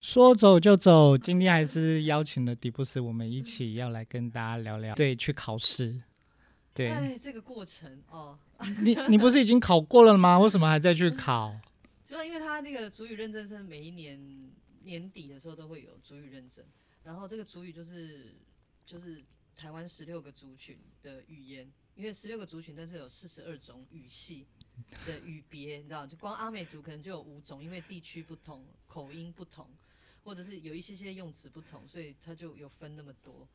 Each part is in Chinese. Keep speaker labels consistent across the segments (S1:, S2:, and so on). S1: 说走就走，今天还是邀请了迪布斯，我们一起要来跟大家聊聊对去考试。对
S2: 哎，这个过程哦，
S1: 你，你不是已经考过了吗？为什么还在
S2: 嗯
S1: 去考？
S2: 主要因为他那个主语认证是每一年年底的时候都会有主语认证，然后这个主语就是就是台湾十六个族群的语言，因为十六个族群，但是有四十二种语系的语别，你知道，就光阿美族可能就有五种，因为地区不同、口音不同，或者是有一些些用词不同，所以它就有分那么多。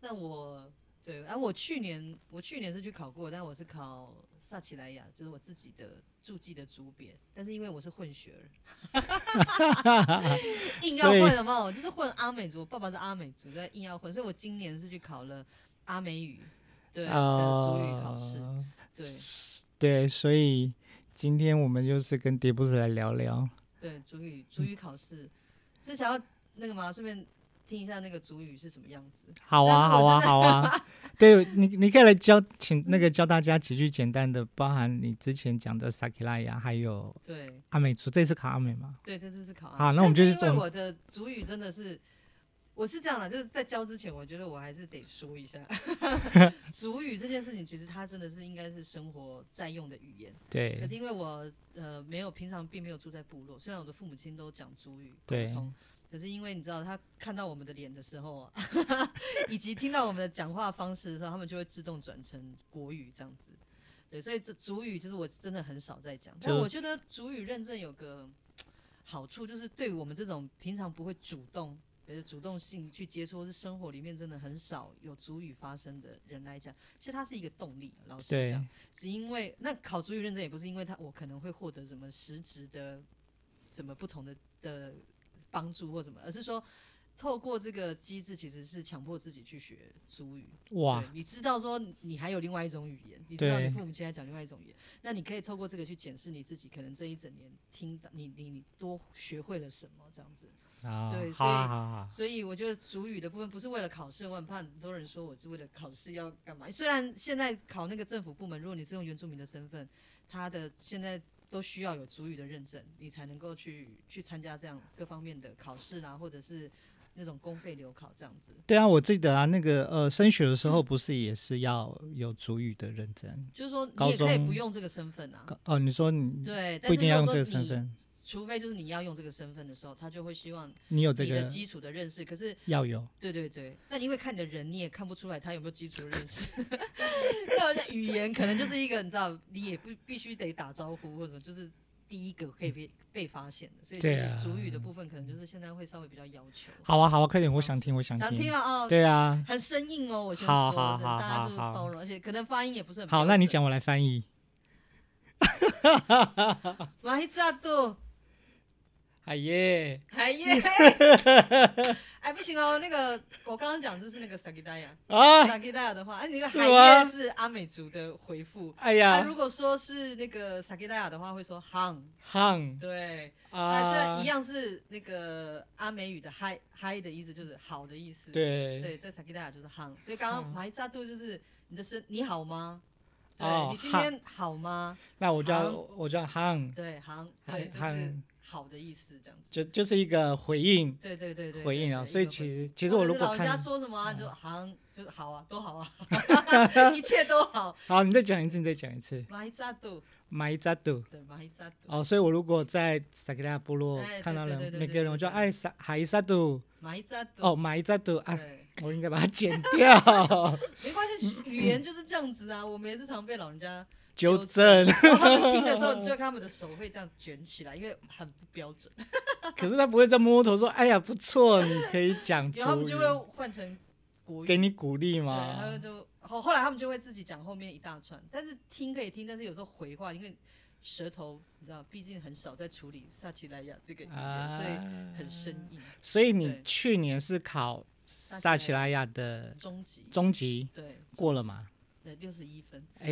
S2: 那我对，啊，我去年我去年是去考过，但我是考萨奇莱雅，就是我自己的注记的组别，但是因为我是混 血儿，硬要
S1: 所以
S2: 混了嘛，我就是混阿美族，我爸爸是阿美族，但硬要混，所以我今年是去考了阿美语，对，
S1: 啊
S2: 的主语考试，
S1: 呃
S2: 对
S1: 对，所以今天我们就是跟迪布斯来聊聊。
S2: 对，主语主语考试是想要那个吗？顺便听一下那个主语是什么样子。
S1: 好啊，
S2: 但是
S1: 好
S2: 我
S1: 啊，
S2: 真的
S1: 好啊。对你，你可以来教，请那个教大家几句简单的，包含你之前讲的萨克拉雅，还有
S2: 对
S1: 阿美族，这次考阿美吗？
S2: 对，这次是考阿
S1: 好
S2: 美
S1: 那我们
S2: 但
S1: 就是
S2: 因
S1: 是
S2: 为我的主语真的是。我是这样的，就是在教之前，我觉得我还是得说一下， 主语这件事情，其实它真的是应该是生活在用的语言。可
S1: 对
S2: 是因为我呃没有平常并没有住在部落，虽然我的父母亲都讲族语
S1: 对
S2: 沟通，可是因为你知道他看到我们的脸的时候 啊，以及听到我们的讲话方式的时候，他们就会自动转成国语这样子。对，所以这族语就是我真的很少在讲，但
S1: 就
S2: 我觉得族语认证有个好处，就是对于我们这种平常不会主动。比如主动性去接触，或是生活里面真的很少有族语发生的人来讲，其实它是一个动力。老实
S1: 对
S2: 讲，只因为那考主语认证也不是因为他我可能会获得什么实质的什么不同的的帮助或什么，而是说透过这个机制其实是强迫自己去学主语。
S1: 哇
S2: 对，，你知道说你还有另外一种语言，你知道
S1: 对
S2: 你父母亲在讲另外一种语言，那你可以透过这个去检视你自己，可能这一整年听到你你你多学会了什么这样子。
S1: 啊
S2: 对，
S1: 好啊，
S2: 所以
S1: 好啊好啊，
S2: 所以我觉得主语的部分不是为了考试，我很怕很多人说我是为了考试要干嘛。虽然现在考那个政府部门，如果你是用原住民的身份，他的现在都需要有主语的认证，你才能够去去参加这样各方面的考试啦，或者是那种公费留考这样子。
S1: 对啊，我记得啊，那个呃，升学的时候不是也是要有主语的认证？
S2: 就是说你
S1: 高
S2: 也可以
S1: 中
S2: 不用这个身份啊，
S1: 哦，你说你
S2: 对，
S1: 不
S2: 但是
S1: 一定要用
S2: 如果
S1: 这个
S2: 说
S1: 身
S2: 你，
S1: 份，
S2: 除非就是你要用这个身份的时候，他就会希望
S1: 你有这
S2: 你的
S1: 个
S2: 基础的认识。可是
S1: 要有，
S2: 对对对，那因为看你的人，你也看不出来他有没有基础认 识。那好像语言可能就是一个，你知道，你也不必须得打招呼或者什么，就是第一个可以被被发现的。所以
S1: 对啊
S2: 主语的部分可能就是现在会稍微比较要求。
S1: 好啊，好啊，快点，我
S2: 这样
S1: 想听，我想
S2: 想
S1: 听
S2: 听，啊哦，
S1: 对啊，
S2: 很生硬哦，我先
S1: 好
S2: 说，
S1: 好
S2: 对
S1: 好
S2: 大
S1: 好
S2: 家就是
S1: 好
S2: 包容，而且可能发音也不是很
S1: 好，
S2: 标
S1: 那你
S2: 准。
S1: 讲，我来翻译。
S2: 马伊扎杜，
S1: 哎耶，
S2: 哎耶，哎不行哦，那个我刚刚讲就是那个萨吉 达亚，
S1: 啊，
S2: 萨吉达亚的话，哎你那个
S1: 是
S2: 海
S1: 吗
S2: 耶是阿美族的回复。
S1: 哎
S2: 那、
S1: 呀
S2: 如，果说是那个萨基达雅的话，会说 hang，
S1: 夯
S2: 对，那虽
S1: 啊
S2: 然一，样是那个阿美语的 hi hi 的意思，就是好的意思。，
S1: 对，嗯
S2: 对，在萨基达雅就是 hang，所以刚刚
S1: hang
S2: 马伊扎度就是你的身，你好吗？对、
S1: 哦
S2: 你今
S1: hang
S2: 天好吗？
S1: 那我叫
S2: 夯
S1: 我叫夯，
S2: 对，hang，对，
S1: hang-
S2: 就是
S1: hang
S2: 好的意思这样子。
S1: 就就是一个回应
S2: 对对对对
S1: 回应啊。所以其实其实我如果
S2: 老人家
S1: 看，嗯
S2: 说什么、啊，你就 hang，就是好啊，都好啊， 一切都 好。
S1: 好，你再讲一次，你再讲一次，
S2: 马伊扎度，
S1: 马伊扎杜。
S2: 对，马伊扎度，
S1: 哦，所以我如果在萨克拉部落
S2: 哎
S1: 看到
S2: 对
S1: 人，
S2: 对对对
S1: 每个
S2: 对
S1: 人
S2: 对
S1: 我就
S2: 对
S1: 爱萨海伊萨杜，
S2: 马伊扎度。
S1: 哦，马伊扎杜啊，
S2: 对。
S1: 我应该把它剪 掉，
S2: 没关系，语言就是这样子啊。 我们也是常被老人家
S1: 纠正。
S2: 然后他们听的时候，你就看他们的手会这样卷起来，因为很不标准，
S1: 可是他不会再摸头说，哎呀，不错，你可以 讲主
S2: 然后他们就会
S1: 语，
S2: 换成国语。
S1: 给你鼓励
S2: 对，
S1: 嘛。
S2: 他们就哦后后来他们就会自己讲后面一大串，但是听可以听，但是有时候回话，因为舌头你知道，毕竟很少在处理萨奇莱雅这个语言，
S1: 啊
S2: 所以很生硬，
S1: 所以你
S2: 对
S1: 去年是考萨
S2: 萨
S1: 奇
S2: 奇
S1: 拉雅的
S2: 终极
S1: 中级
S2: 对
S1: 过了 吗？
S2: 对六十一分
S1: 哎，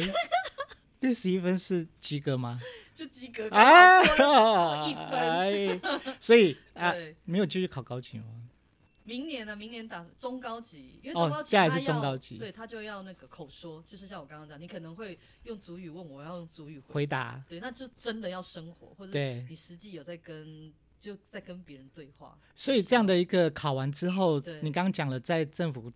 S1: 六十一分是及格吗？
S2: 就及格刚
S1: 啊
S2: 好多了，一分
S1: 哎，所以啊，
S2: 对。
S1: 没有继续考高级吗？
S2: 明年呢、明年打中高级，因为
S1: 哦
S2: 中高级
S1: 接下来
S2: 他
S1: 是
S2: 要、
S1: 中高级
S2: 对他就要那个口说，就是像我刚刚讲，你可能会用主语问我，要用主语回，
S1: 回答
S2: 对，那就真的要生活，或者
S1: 对
S2: 你实际有在跟就在跟别人对话。
S1: 所以这样的一个考完之后，
S2: 对
S1: 你刚刚讲了，在政府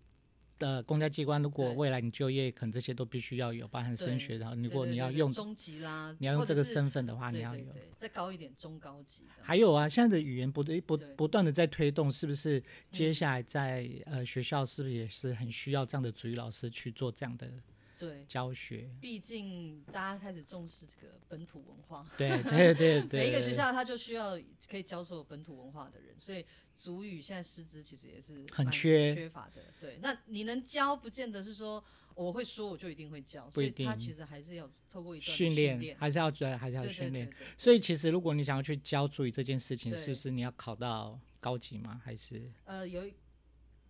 S1: 的公家机关，如果
S2: 对
S1: 未来你就业，可能这些都必须要有，包含升学，然后如
S2: 对
S1: 果
S2: 对
S1: 你
S2: 对
S1: 要
S2: 对
S1: 用，
S2: 中级啦，
S1: 你要用
S2: 或者
S1: 这个
S2: 是
S1: 身份的话，你
S2: 对
S1: 要
S2: 对
S1: 有。
S2: 对，再高一点，中高级这样。
S1: 还有啊，现在的语言不对不
S2: 对
S1: 不断的在推动，是不是？接
S2: 嗯
S1: 下来在呃学校是不是也是很需要这样的主语老师去做这样的
S2: 对，
S1: 教 学？
S2: 毕竟大家开始重视这个本土文化，
S1: 对对对对，
S2: 每一个学
S1: 对
S2: 校它就需要可以教授本土文化的人，所以族语现在师资其实也是
S1: 很
S2: 蛮
S1: 缺
S2: 缺乏的。对，那你能教，不见得是说哦我会说我就一定会教，
S1: 不
S2: 所
S1: 一
S2: 以它
S1: 定
S2: 其实还是要透过一段的
S1: 训练
S2: 练，
S1: 还是要对，还是要
S2: 对
S1: 训
S2: 对对
S1: 练。
S2: 对。
S1: 所以其实如果你想要去教主语这件事情，
S2: 对
S1: 是不是你要考到高级吗？还是
S2: 呃，有一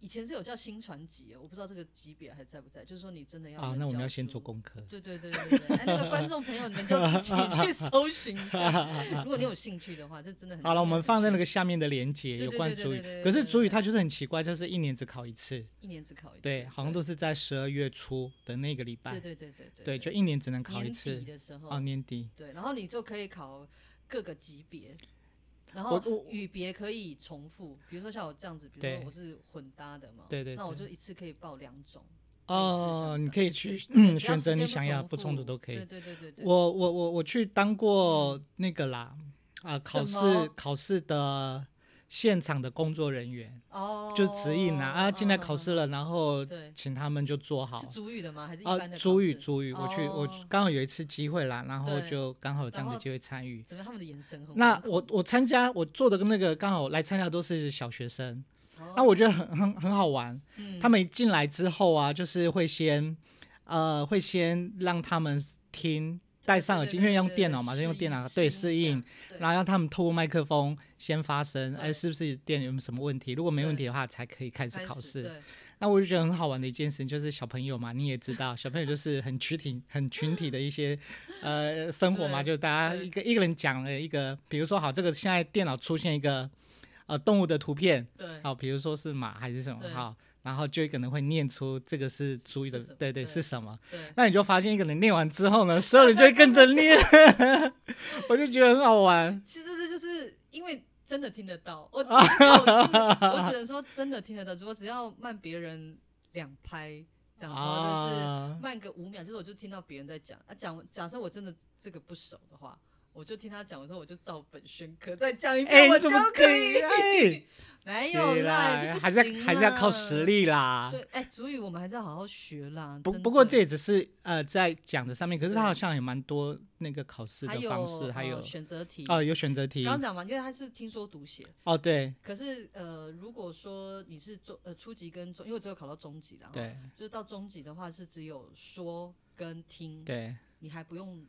S2: 以前是有叫新传级的，我不知道这个级别还在不在，就是说你真的要
S1: 啊？
S2: 能
S1: 那我们
S2: 教
S1: 要先做
S2: 出
S1: 功课。
S2: 对对对对对，哎，那个观众朋友，你们就自己去搜寻一 下，如果你有兴趣的话，这真的很
S1: 好了，
S2: 值
S1: 我们
S2: 得
S1: 放在那
S2: 去
S1: 个下面的连接，
S2: 对
S1: 有
S2: 对
S1: 关
S2: 对对
S1: 主语
S2: 对对。对
S1: 可是
S2: 对
S1: 主语
S2: 对
S1: 它就是很奇怪，就是一年只考一次，
S2: 一年只考一次，
S1: 对，好像都是在十二月初的那个礼
S2: 对
S1: 拜，
S2: 对对对对
S1: 对，就一年只能考一
S2: 年
S1: 次
S2: 底。的时候
S1: 哦，，年底。
S2: 对，然后你就可以考各个级别。然
S1: 我
S2: 后语别可以重复，比如说像我这样子，比如
S1: 对
S2: 说我是混搭的嘛，
S1: 对对
S2: 那我
S1: 对
S2: 就一次可以报两种，
S1: 哦，
S2: 像
S1: 你
S2: 这
S1: 可以去嗯
S2: 对只要
S1: 选择你
S2: 时间
S1: 想要不
S2: 不
S1: 冲突
S2: 复
S1: 都可以
S2: 对。对对对对，
S1: 我我我我去当过那个啦，啊，考试
S2: 什么
S1: 考试的现场的工作人员，
S2: 哦，
S1: 就指引啊，啊，进来考
S2: 了，
S1: 试了，然后
S2: 哦对，
S1: 请他们就做好
S2: 是。主语的吗？还是一
S1: 啊
S2: 般，的考
S1: 主语
S2: 试
S1: 主语，我去我
S2: 哦
S1: 刚好有一次机会啦，然后
S2: 对
S1: 就刚好有这样
S2: 然
S1: 的
S2: 后
S1: 机会参与。
S2: 怎么样他们的眼神很
S1: 那
S2: 惶
S1: 我
S2: 恐
S1: 我参加我做的那个刚好来参加的都是小学生，
S2: 哦
S1: 那我觉得很很很好玩。
S2: 嗯
S1: 他们一进来之后啊，就是会先呃会先让他们听。戴上耳机，因为用电脑嘛，就用电脑对适应，，
S2: 对对对对对对适应适应这样对
S1: 然后让他们透过麦克风先发声，
S2: 对
S1: 哎，是不是电有什么问题？如果没问题的话，才可以开始
S2: 开
S1: 考
S2: 始
S1: 试。
S2: 对
S1: 那我就觉得很好玩的一件事情，就是小朋友嘛，你也知道，小朋友就是很群体、很群体的一些呃生活嘛，
S2: 对
S1: 就大家
S2: 对
S1: 一个一个人讲了一个，比如说好，这个现在电脑出现一个呃动物的图片，
S2: 对，
S1: 好，比如说是马还是什么
S2: 对
S1: 好，然后就有一个人会念出这个是主语的
S2: 是什，么
S1: 对对
S2: 对
S1: 是什么，
S2: 对
S1: 那你就发现一个人念完之后呢，所有人就会跟 着念， 我就觉得很好玩。
S2: 其实这就是因为真的听得 到，我只能说我是我只能说真的听得到，如果只要慢别人两拍这样，或者是
S1: 啊，
S2: 慢个五秒，就是我就听到别人在讲啊讲，假设我真的这个不熟的话。我就听他讲的时候，我就照本宣科再讲一
S1: 哎、
S2: 遍，我
S1: 你
S2: 就
S1: 怎么
S2: 可
S1: 以？哎，
S2: 没有
S1: 对
S2: 啦，
S1: 啦，
S2: 这不
S1: 还是
S2: 行
S1: 要还是要靠
S2: 啦
S1: 实力啦。
S2: 对，哎、主语我们还是要好好学啦。
S1: 不
S2: 真
S1: 不过
S2: 的
S1: 这也只是呃在讲的上面，可是它
S2: 对
S1: 好像也蛮多那个考试的
S2: 还有
S1: 方式，还有
S2: 呃、选择题。
S1: 哦有选择题
S2: 刚刚讲嘛，因为它是听说读写，
S1: 哦对
S2: 可是呃，如果说你是中呃初级跟中，因为我只有考到中级啦，，
S1: 对
S2: 就是到中级的话是只有说跟听，
S1: 对
S2: 你还不用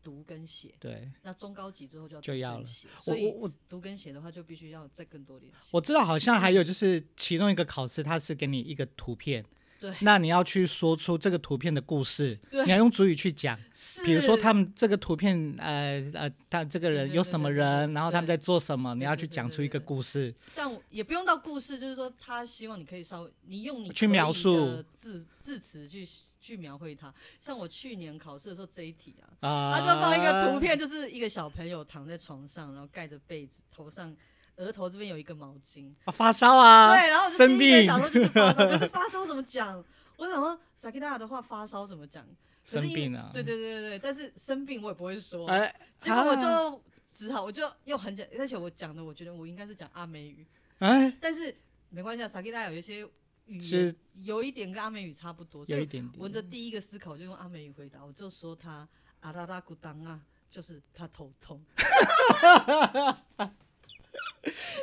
S2: 读跟写。
S1: 对，
S2: 那中高级之后就要
S1: 就
S2: 读
S1: 要
S2: 跟
S1: 了
S2: 写，
S1: 我
S2: 所
S1: 我
S2: 以
S1: 我
S2: 读跟写的话就必须要再更多练习。
S1: 我知道好像还有就是其中一个考试，它是给你一个图片，
S2: 对，
S1: 那你要去说出这个图片的故事，
S2: 对
S1: 你要用主语去讲。
S2: 是
S1: 比如说他们这个图片，呃呃，他这个
S2: 对
S1: 人
S2: 对
S1: 有
S2: 对
S1: 什么
S2: 对对
S1: 人，
S2: 对
S1: 然后他们在做什么，
S2: 对
S1: 你要
S2: 对
S1: 去
S2: 对
S1: 讲
S2: 对
S1: 出一
S2: 对
S1: 个
S2: 对
S1: 故事。
S2: 像我也不用到故事，就是说他希望你可以稍微你用你
S1: 去
S2: 可以
S1: 描述
S2: 的字字词去去描绘它。像我去年考试的时候这一题啊，
S1: 啊，
S2: 他就放一个图，片，就是一个小朋友躺在床上，然后盖着被子，头上额头这边有一个毛巾，
S1: 啊发烧啊，
S2: 对，然后我就
S1: 生
S2: 第一个
S1: 病
S2: 想说就是发烧，可是发烧怎么 讲？我想说萨克达的话发烧怎么讲？可
S1: 生
S2: 是因为
S1: 病啊
S2: 对对对对对，但是生病我也不会说，
S1: 哎，
S2: 结果我
S1: 啊
S2: 就只好我就又很简，而且我讲的我觉得我应该是讲阿美语。
S1: 哎，
S2: 但是没关系啊，萨克大有一些语
S1: 是
S2: 言有一点跟阿美语差不多，所
S1: 有一
S2: 以
S1: 点
S2: 我
S1: 点
S2: 的第一个思考就用阿美语回答，我就说他阿拉拉古当啊，就是他头痛，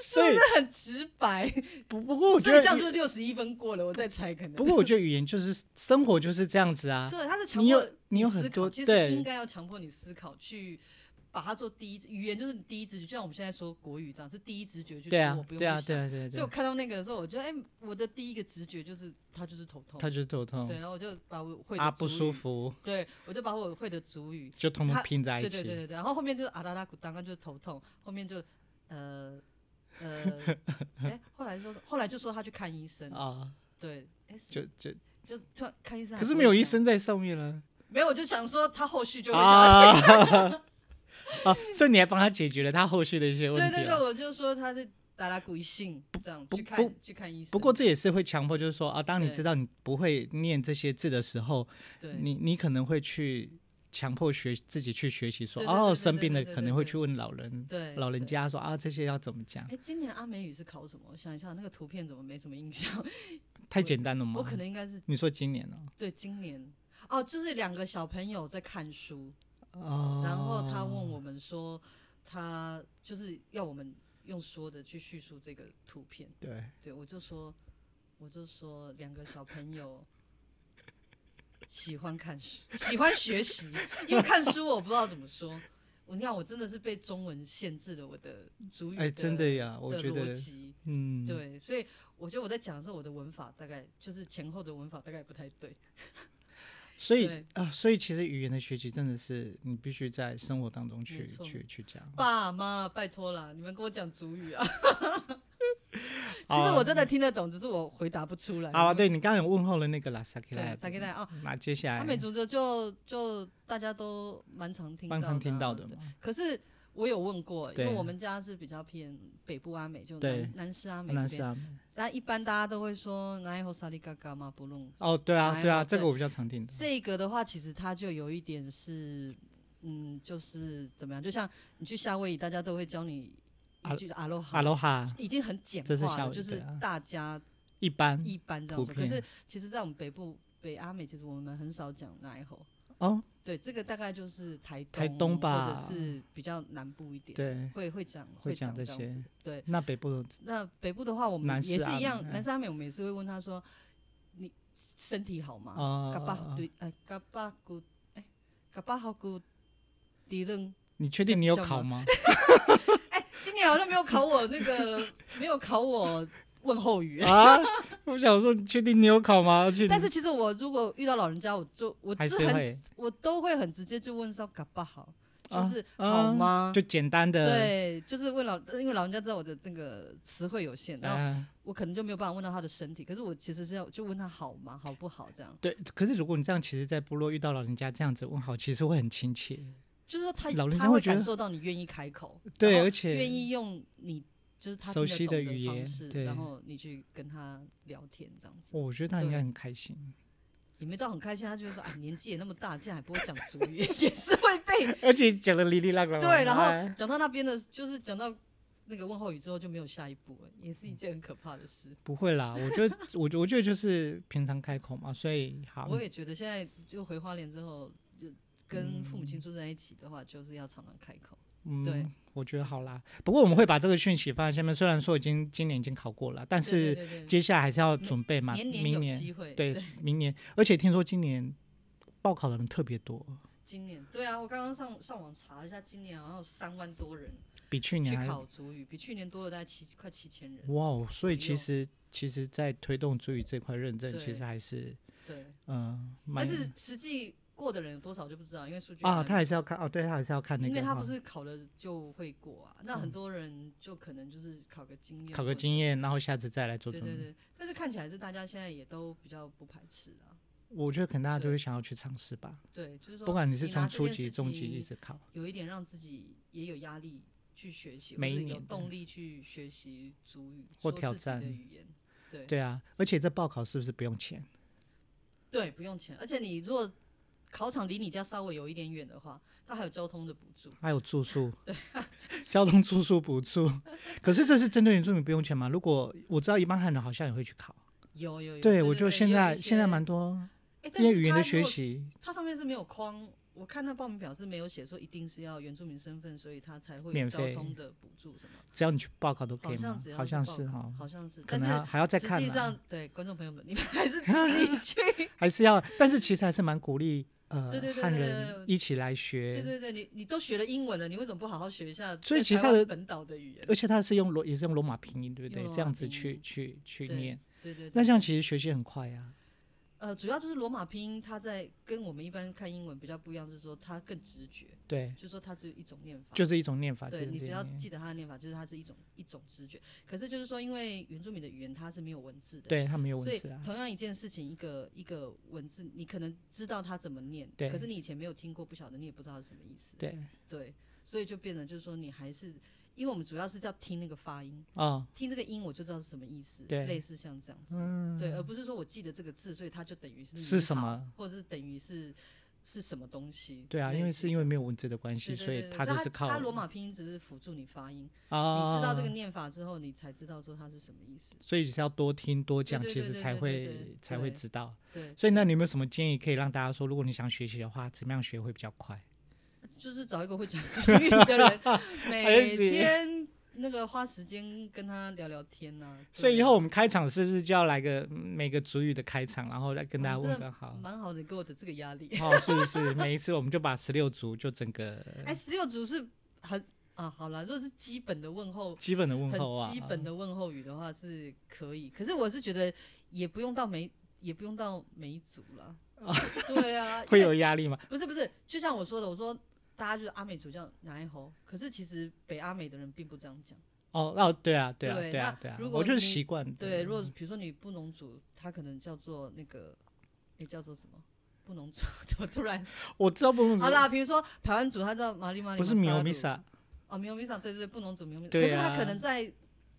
S1: 所以
S2: 这很直白，
S1: 不不过我觉
S2: 所以这样
S1: 得，
S2: 就六十一分过了，我再猜可能。
S1: 不过我觉得语言就是生活就是这样子啊，
S2: 对，他是强
S1: 你有
S2: 迫
S1: 你有
S2: 思
S1: 很
S2: 考
S1: 多
S2: 其
S1: 对
S2: 实应该要强迫你思考去。把它做第一语言就是你第一直觉，就像我们现在说国语这样，是第一直觉去
S1: 对
S2: 说，
S1: 啊
S2: 我不用
S1: 对啊
S2: 去
S1: 对
S2: 想。
S1: 啊对啊
S2: 所
S1: 对
S2: 以我
S1: 啊，
S2: 看到那个的时候，我觉得哎，我的第一个直觉就是他就是头痛
S1: 他，就是头痛
S2: 对，然后我就把我会的
S1: 啊不
S2: 族
S1: 舒
S2: 语
S1: 服
S2: 对，我就把我会的主语，
S1: 就通通
S2: 他
S1: 拼在
S2: 对
S1: 一
S2: 对对
S1: 起，
S2: 对对，然后后面就是啊啦啦咕当，那就是头痛，后面就呃呃，哎、后来说后来就说他去看医生，
S1: 啊，
S2: 对，哎、是啊
S1: 就就
S2: 就突然看医生，
S1: 可是没有医，生在上面了
S2: 没有，我就想说他后续就会想要去、
S1: 啊。哦，所以你还帮他解决了他后续的一些问
S2: 对
S1: 题啊
S2: 对对，
S1: 了。
S2: 我就说他是达拉古性这样
S1: 不
S2: 去
S1: 不
S2: 看去看医生。
S1: 不过这也是会强迫，就是说啊，当你
S2: 对
S1: 知道你不会念这些字的时候，
S2: 对
S1: 你你可能会去强迫学自己去学习说，
S2: 对对对
S1: 哦，
S2: 对
S1: 生
S2: 对
S1: 病了
S2: 对对
S1: 可能会
S2: 对
S1: 去问老人，
S2: 对
S1: 老人
S2: 对
S1: 家说啊，这些要怎么讲
S2: 哎、？今年阿美语是考什么？我想一下，那个图片怎么没什么印象？
S1: 太简单了吗？
S2: 我可能应该是
S1: 你说今年呢？
S2: 对今年哦，就是两个小朋友在看书，
S1: 哦，
S2: 然后他问我们说，他就是要我们用说的去叙述这个图片。
S1: 对，
S2: 对我就说，我就说两个小朋 友喜欢看书，喜欢学习，因为看书我不知道怎么说。我你看，我真的是被中文限制了我的主语
S1: 哎，真的呀，我
S2: 的
S1: 觉
S2: 逻
S1: 得，
S2: 辑。
S1: 嗯，
S2: 对，所以我觉得我在讲的时候，我的文法大概就是前后的文法大概不太对。
S1: 所以
S2: 对
S1: 啊，所以其实语言的学习真的是你必须在生活当中去
S2: 没错
S1: 去去讲。
S2: 爸妈，拜托啦，你们跟我讲主语啊！其
S1: 好
S2: 实
S1: 啊
S2: 我真的听得懂，只是我回答不出来。
S1: 好啊，对你刚刚有问候了那个啦，萨克拉
S2: 对，，大概在哦，
S1: 那接下
S2: 阿
S1: 来
S2: 美族的就就大家都蛮常听到
S1: 蛮
S2: 的啊，
S1: 常听到的
S2: 对
S1: 嘛，
S2: 可是我有问过，因
S1: 对
S2: 为我们家是比较偏北部阿美，就
S1: 对
S2: 南南是阿美
S1: 那是
S2: 这边。
S1: 啊，
S2: 那一般大家都会说“南后沙利嘎嘎嘛不弄
S1: 哦，对啊，
S2: 哎
S1: 对啊，
S2: 哦
S1: 这个
S2: 对
S1: 我比较常听”。的。
S2: 这个的话，其实它就有一点是，嗯，就是怎么样？就像你去夏威夷，大家都会教你一句阿罗哈
S1: 阿，罗哈
S2: 已经很简
S1: 这是
S2: 化
S1: 夏
S2: 了，
S1: 威夷
S2: 就是
S1: 对啊
S2: 大家
S1: 一般
S2: 一般这
S1: 普
S2: 样说。可是
S1: 遍
S2: 其实，在我们北部北阿美，其实我们很少讲奈吼。
S1: 哦，
S2: 对，这个大概就是台东
S1: 台东吧
S2: 或者是比较南部一点，
S1: 对，
S2: 会会讲
S1: 会讲
S2: 讲
S1: 这
S2: 样子
S1: 些。
S2: 对，
S1: 那北部的
S2: 那北部的话，我们
S1: 南
S2: 也
S1: 势
S2: 是
S1: 阿
S2: 一
S1: 美
S2: 样，
S1: 嗯
S2: 南山美我们也是会问他说：“你身体好吗？”
S1: 哦
S2: 啊嘎
S1: 哦
S2: 巴
S1: 哦
S2: 对，呃，嘎巴古，哎，嘎巴好古迪楞。
S1: 你确定你有考 吗？
S2: 哎，今年好像没有考我那个，没有考我问候语。
S1: 啊， 我想说，你确定你有考吗？而且你
S2: 但是其实我如果遇到老人家，我就我
S1: 嗯还是
S2: 是很
S1: 会
S2: 我都会很直接就问说“嘎巴好”，就
S1: 啊
S2: 是
S1: 啊
S2: 好吗？
S1: 就简单的，
S2: 对，就是问老，因为老人家知道我的那个词汇有限，然后
S1: 啊，
S2: 我可能就没有办法问到他的身体，可是我其实是要就问他好吗，好不好这样，
S1: 对。可是如果你这样，其实，在部落遇到老人家这样子问好，其实会很亲切。
S2: 就是说他
S1: 老人
S2: 他
S1: 家会
S2: 会
S1: 觉得
S2: 感受到你愿意开口，
S1: 对
S2: 然后
S1: 而且
S2: 愿意用你就是他听
S1: 熟
S2: 得
S1: 悉
S2: 懂
S1: 的
S2: 的
S1: 语言
S2: 方式，
S1: 对
S2: 然后你去跟他聊天这样子，
S1: 我觉得他应该很开心，
S2: 也没到很开心，他就会说哎年纪也那么大，竟然还不会讲俗语， 也是会被
S1: 而且讲的哩哩啦啦。
S2: 对，然
S1: 哎
S2: 后讲到那边的，就是讲到。那个问候语之后就没有下一步了，也是一件很可怕的事。
S1: 不会啦，我觉得，我我觉得就是平常开口嘛，所以好，
S2: 我也觉得现在就回花莲之后，就跟父母亲住在一起的话，就是要常常开口。
S1: 嗯，
S2: 对，
S1: 我觉得好啦。不过我们会把这个讯息放在下面，虽然说已经今年已经考过了，但
S2: 对
S1: 是
S2: 对对对，
S1: 接下来还是要准备嘛，
S2: 年
S1: 明
S2: 有
S1: 年
S2: 机会。
S1: 对，明年，而且听说今年报考的人特别多，
S2: 今年对啊，我刚刚上上网查了一下，今年好像有三万多人
S1: 比去
S2: 去
S1: 年还
S2: 考主语，比去年多了大概七快七千人。
S1: 哇哦！所以
S2: 左
S1: 其
S2: 右
S1: 实其实，在推动主语这块认证，其
S2: 对
S1: 实还是
S2: 对，
S1: 嗯，蛮
S2: 但是实际过的人有多少就不知道，因为数据
S1: 啊，
S2: 还
S1: 他还是要看哦，对他还是要看那个
S2: 因
S1: 哈，
S2: 为他不是考了就会过啊，那很多人就可能就是考个经验，
S1: 考个经
S2: 验。
S1: 验，然后下次再来做
S2: 对
S1: 准
S2: 对
S1: 备。
S2: 对，但是看起来是大家现在也都比较不排斥啊。
S1: 我觉得可能大家都
S2: 对
S1: 会想要去尝试吧，
S2: 对，就是说，
S1: 不管你是从
S2: 拿这
S1: 初
S2: 件
S1: 级、
S2: 事
S1: 中级
S2: 情
S1: 一直考，
S2: 有一点让自己也有压力去学习，或
S1: 每一
S2: 者有
S1: 年的
S2: 动力去学习主语
S1: 或
S2: 说自
S1: 挑
S2: 己
S1: 战
S2: 的语言。对
S1: 对啊，而且这报考是不是不用钱？
S2: 对，不用钱，而且你如果考场离你家稍微有一点远的话，它还有交通的补助。
S1: 还有住 宿，
S2: 啊
S1: 交通住宿补助。可是这是针对原住民不用钱吗？如果我知道一般汉人好像也会去考，
S2: 有有有，
S1: 对
S2: 对
S1: 我觉得
S2: 对
S1: 现
S2: 也有
S1: 在
S2: 一
S1: 现在
S2: 些
S1: 蛮多，
S2: 哎但
S1: 因为
S2: 是
S1: 语言
S2: 它
S1: 的
S2: 如
S1: 学
S2: 果
S1: 习，
S2: 它上面是没有框，我看那报名表是没有写说一定是要原住民身份，所以它才会
S1: 免
S2: 有交
S1: 费
S2: 通的补助什么，
S1: 只要你去报考都可
S2: 好
S1: 以吗
S2: 像只？要
S1: 好像
S2: 报
S1: 是
S2: 考
S1: 哈，
S2: 好像是，
S1: 可
S2: 但
S1: 能还
S2: 是
S1: 还要再
S2: 实
S1: 看
S2: 际
S1: 啦
S2: 上对观众朋友们，你们还是自 己去
S1: 还是要，但是其实还是蛮鼓励呃
S2: 对对对
S1: 汉
S2: 对
S1: 人一起来
S2: 对
S1: 学，
S2: 对对，你你都学了英文了，你为什么不好好学一下？
S1: 所以其实他的呃
S2: 本岛的语言，
S1: 而且他是用罗也是用罗马拼音，对不对？
S2: 用罗
S1: 这样
S2: 马
S1: 子
S2: 啊拼
S1: 去
S2: 音
S1: 去去
S2: 对
S1: 念，
S2: 对对对。
S1: 那这样其实学习很快啊。
S2: 呃，主要就是罗马拼音，它在跟我们一般看英文比较不一样，是说它更直觉，
S1: 对，
S2: 就是说它只有一种念法。
S1: 就是一种念法，
S2: 对
S1: 这
S2: 你
S1: 这
S2: 只要
S1: 念
S2: 记得它的念法，就是它是一种一种直觉。可是就是说，因为原住民的语言它是没有文字的，
S1: 对他没有
S2: 所
S1: 文
S2: 以
S1: 字啊，
S2: 同样一件事情，一个一个文字，你可能知道它怎么念，
S1: 对
S2: 可是你以前没有听过，不晓得，你也不知道它是什么意思。
S1: 对。
S2: 对，所以就变成就是说你还是，因为我们主要是要听那个发音，
S1: 啊，
S2: 听这个音我就知道是什么意思，
S1: 对
S2: 类似像这样子，
S1: 嗯，
S2: 对，而不是说我记得这个字，所以它就等于是
S1: 是
S2: 你
S1: 什
S2: 好
S1: 么，
S2: 或者是等于是是什么东西，
S1: 对啊，
S2: 类
S1: 因为
S2: 似
S1: 是因
S2: 像
S1: 为没有文字的关系，
S2: 对对
S1: 所以
S2: 对
S1: 它就是靠
S2: 它罗马拼音只是辅助你发音，
S1: 啊，
S2: 你知道这个念法之后，你才知道说它是什么意思。
S1: 所以是要多听多讲，
S2: 对对
S1: 其
S2: 对
S1: 实
S2: 对
S1: 才
S2: 对
S1: 会
S2: 对对
S1: 才会
S2: 对
S1: 知道。
S2: 对，
S1: 所以那你有没有什么建议可以让大家说，如果你想学习的话，怎么样学会比较快？
S2: 就是找一个会讲主语 的人，每
S1: 哎是
S2: 天那个花时间跟他聊聊天啊呐、对
S1: 所以以后我们开场是不是就要来个嗯每个主语的开场，然后来跟大家
S2: 哇
S1: 问
S2: 真
S1: 个
S2: 的
S1: 好？
S2: 蛮好的，给我的这个压力。
S1: 哦，是不是？每一次我们就把十六组就整个
S2: 哎，十六组是很啊，好啦，如果是基本的问候，
S1: 基本的问候啊，嗯
S2: 很基本的问候语的话是可以，可是我是觉得也不用到每也不用到每一组了。对 啊，
S1: 哦会
S2: 因为
S1: 有压力吗？
S2: 不是不是，就像我说的，我说大家就是阿美族叫哪一猴，可是其实北阿美的人并不这样讲。
S1: 哦，那对啊，对啊，
S2: 对
S1: 对啊
S2: 那，
S1: 对啊
S2: 如，果
S1: 我就是
S2: 你
S1: 习惯的。
S2: 对，如果是比如说你布农族，他可能叫做那个，也叫做什么？布农族 怎么突然？
S1: 我知道不能
S2: 好啦，比如说台湾族，他叫玛丽玛丽，
S1: 不是米欧米莎，
S2: 哦，米欧米萨，对对对，布农族米欧米萨，可
S1: 对
S2: 是他
S1: 啊
S2: 可能在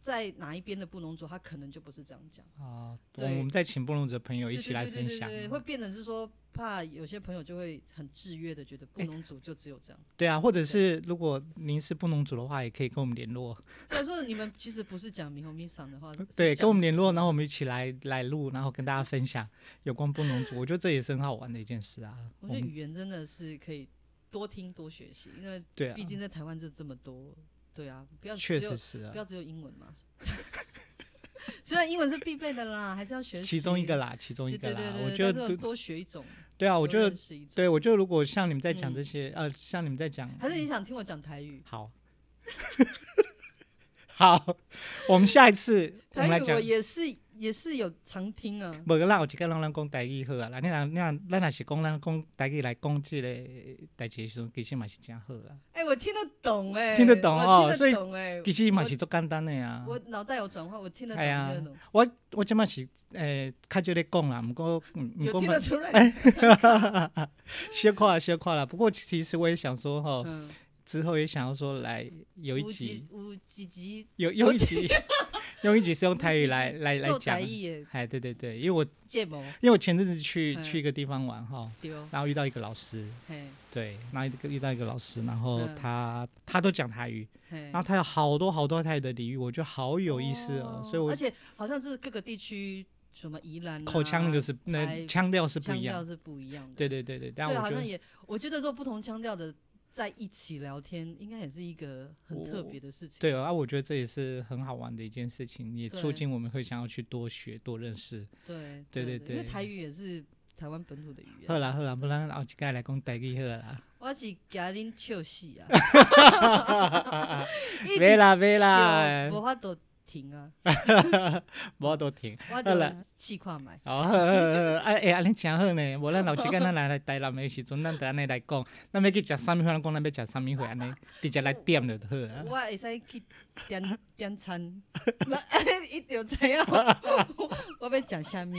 S2: 在哪一边的布农族，他可能就不是这样讲。
S1: 啊，我
S2: 对
S1: 我们再请布隆者朋友
S2: 对
S1: 一
S2: 对
S1: 起来
S2: 对对
S1: 分
S2: 对
S1: 享。啊
S2: 对，会变成是说，怕有些朋友就会很制约的，觉得布农族就只有这样。
S1: 对啊，或者是如果您是布农族的话，也可以跟我们联络。
S2: 所以说，你们其实不是讲米欧米萨的话，
S1: 对，
S2: 是
S1: 跟我们
S2: 讲
S1: 联络，然后我们一起来来录，然后跟大家分享有关布农族，我觉得这也是很好玩的一件事啊。我
S2: 我觉得
S1: 们
S2: 语言真的是可以多听多学习，因为
S1: 对啊
S2: 毕，竟在台湾就这么多，对啊，不要只
S1: 确
S2: 有
S1: 实是啊
S2: 不，要只有英文嘛。 虽然英文是必备的啦，还是要学习
S1: 其中一个啦，其中一
S2: 对
S1: 个
S2: 对对
S1: 啦，
S2: 对，
S1: 我觉
S2: 但
S1: 得
S2: 是
S1: 对
S2: 多学一种，
S1: 对啊，我
S2: 多
S1: 觉得
S2: 认识一种，
S1: 对，我觉得如果像你们在讲
S2: 嗯
S1: 这些，呃，像你们在讲，
S2: 还是你想听我讲台语？
S1: 好， 好，我们下一次我们
S2: 台
S1: 来
S2: 语
S1: 讲
S2: 我。也是也是有常听啊，
S1: 无啦，有一个人咱讲台语好啊，啦，你若你若咱若是讲咱讲台语来讲即个代志的时阵，其实嘛是真好啊，
S2: 哎，我听得懂哎，
S1: 听得懂哦
S2: 我
S1: 所
S2: 听
S1: 以
S2: 得懂哎，
S1: 其实嘛是足简单的啊。
S2: 我脑袋有转换，我听得懂，
S1: 哎呀
S2: 听得懂，
S1: 我我即摆是诶、较少咧讲啦，毋过嗯毋
S2: 有
S1: 过哎
S2: 听
S1: 嘛
S2: 得，出来，
S1: 小看啦小看啦。不过其实我也想说吼，
S2: 嗯，
S1: 之后也想要说来有一
S2: 有
S1: 集
S2: 几，有几集
S1: 有有一集，用一集是用台语来来来
S2: 做
S1: 讲
S2: 台。语的
S1: 哎，对对对，因为我
S2: 节目
S1: 因为我前阵子去
S2: 嗯
S1: 去一个地方玩哈，
S2: 对哦，
S1: 然后遇到一个老师，
S2: 嘿，
S1: 对，然后一个遇到一个老师，然后
S2: 嗯
S1: 他他都讲台语，
S2: 嘿
S1: 然后他有好多好多台语的俚语，我觉得好有意思哦，所以我
S2: 而且好像是各个地区什么宜兰、啊、
S1: 口腔那个是
S2: 台
S1: 那腔调是不
S2: 腔
S1: 一样
S2: 调，是不一样的，
S1: 对对对对，但
S2: 对，
S1: 我
S2: 好
S1: 觉得
S2: 像。也我觉得说不同腔调的在一起聊天，应该也是一个很特别的事情。
S1: 对啊，我觉得这也是很好玩的一件事情，也
S2: 对
S1: 促进我们会想要去多学、多认识。
S2: 对
S1: 对
S2: 对
S1: 对
S2: 因
S1: 对
S2: 为台语也是台湾本土的语
S1: 好
S2: 言。
S1: 啦好啦，不然后一次来讲台语好了啦。
S2: 我是甲恁笑死啊！
S1: 没
S2: 啦
S1: 啦 哎 没啦，
S2: 无法度停啊！
S1: 无多停。
S2: 我
S1: 好啦
S2: 就试看卖。
S1: 哦， 好好好啊哎，安尼真好呢。无咱后一次咱来来台南的时阵，咱就安尼来讲，咱要去食啥物货，咱讲咱要食啥物货，安尼直接来点就好 啊。
S2: 我会使去 点点餐， 我一定知影我我要讲啥物。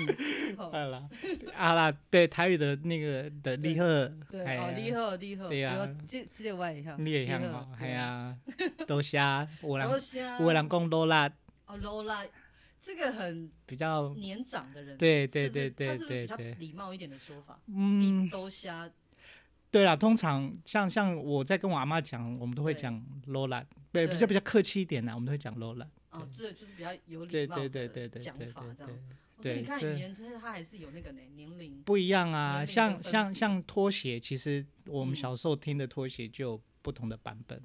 S2: 吼
S1: 好啦，啊啦，对台语的那个的厉害，
S2: 对，
S1: 哎
S2: 哦，你好，你好，
S1: 对啊
S2: 我这这个我会晓，
S1: 你会晓
S2: 对
S1: 吼，系
S2: 对，
S1: 哦啊，多谢。有人
S2: 多谢啊
S1: 有的人讲多啦，
S2: 哦，Lola，这个很
S1: 比较
S2: 年长的人，
S1: 对对
S2: 是不
S1: 对
S2: 是
S1: 对
S2: 他是不是
S1: 对
S2: 比较
S1: 对
S2: 礼貌一点的说法？
S1: 嗯
S2: 比。都虾，
S1: 对啦，通常像像我在跟我阿妈讲，我们都会
S2: 对
S1: 讲 Lola，对，比较
S2: 对
S1: 比较客气一点啦，我们都会讲 Lola。
S2: 哦，这就是比较有礼
S1: 对
S2: 貌
S1: 对对
S2: 的
S1: 对对
S2: 讲
S1: 对对
S2: 法这
S1: 对
S2: 样。，我说
S1: 对
S2: 你看
S1: 这
S2: 语言，真的他还是有那个呢年龄，
S1: 不一样啊。
S2: 年龄的
S1: 像
S2: 分
S1: 像
S2: 别
S1: 像拖鞋，其实我们
S2: 嗯
S1: 小时候听的拖鞋就有不同的版本，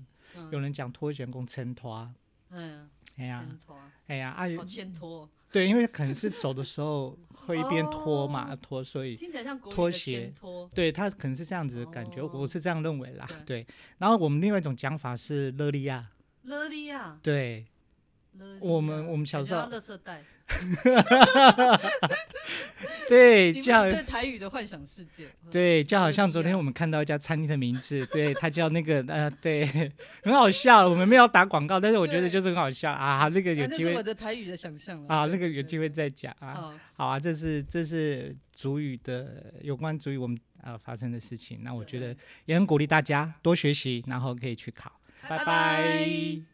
S1: 有
S2: 嗯
S1: 人讲拖鞋讲撑拖，
S2: 嗯，
S1: 啊
S2: 哦
S1: 哎呀
S2: 牵拖，
S1: 哎呀，啊
S2: 好牵拖，
S1: 对，因为可能是走的时 候会一边拖嘛
S2: 哦
S1: 拖，所以
S2: 听起来像国
S1: 拖
S2: 语的
S1: 鞋
S2: 牵拖，
S1: 对他可能是这样子的感觉，我
S2: 哦
S1: 是这样认为啦。对，然后我们另外一种讲法是勒利亚，
S2: 勒利亚，
S1: 对。
S2: 勒利
S1: 我
S2: 亚
S1: 们我们小时候
S2: 感觉到垃圾袋，
S1: 对，
S2: 你们
S1: 就好
S2: 是对台语的幻想世界。嗯，
S1: 对，就好
S2: 不
S1: 像
S2: 一
S1: 昨天
S2: 样
S1: 我们看到一家餐厅的名字，对，它叫那个呃，对，很好笑。我们没有打广告，但是我觉得
S2: 对
S1: 就是很好笑啊。那个有
S2: 啊那
S1: 机
S2: 是
S1: 会
S2: 我的台语的想象了
S1: 啊，
S2: 对
S1: 那个有
S2: 对哦
S1: 机会
S2: 对
S1: 再讲啊。
S2: 好，
S1: 好啊，这是这是主语的有关主语我们呃发生的事情。那我觉得也很鼓励大家多学习，然后可以去考。拜
S2: 拜拜
S1: 拜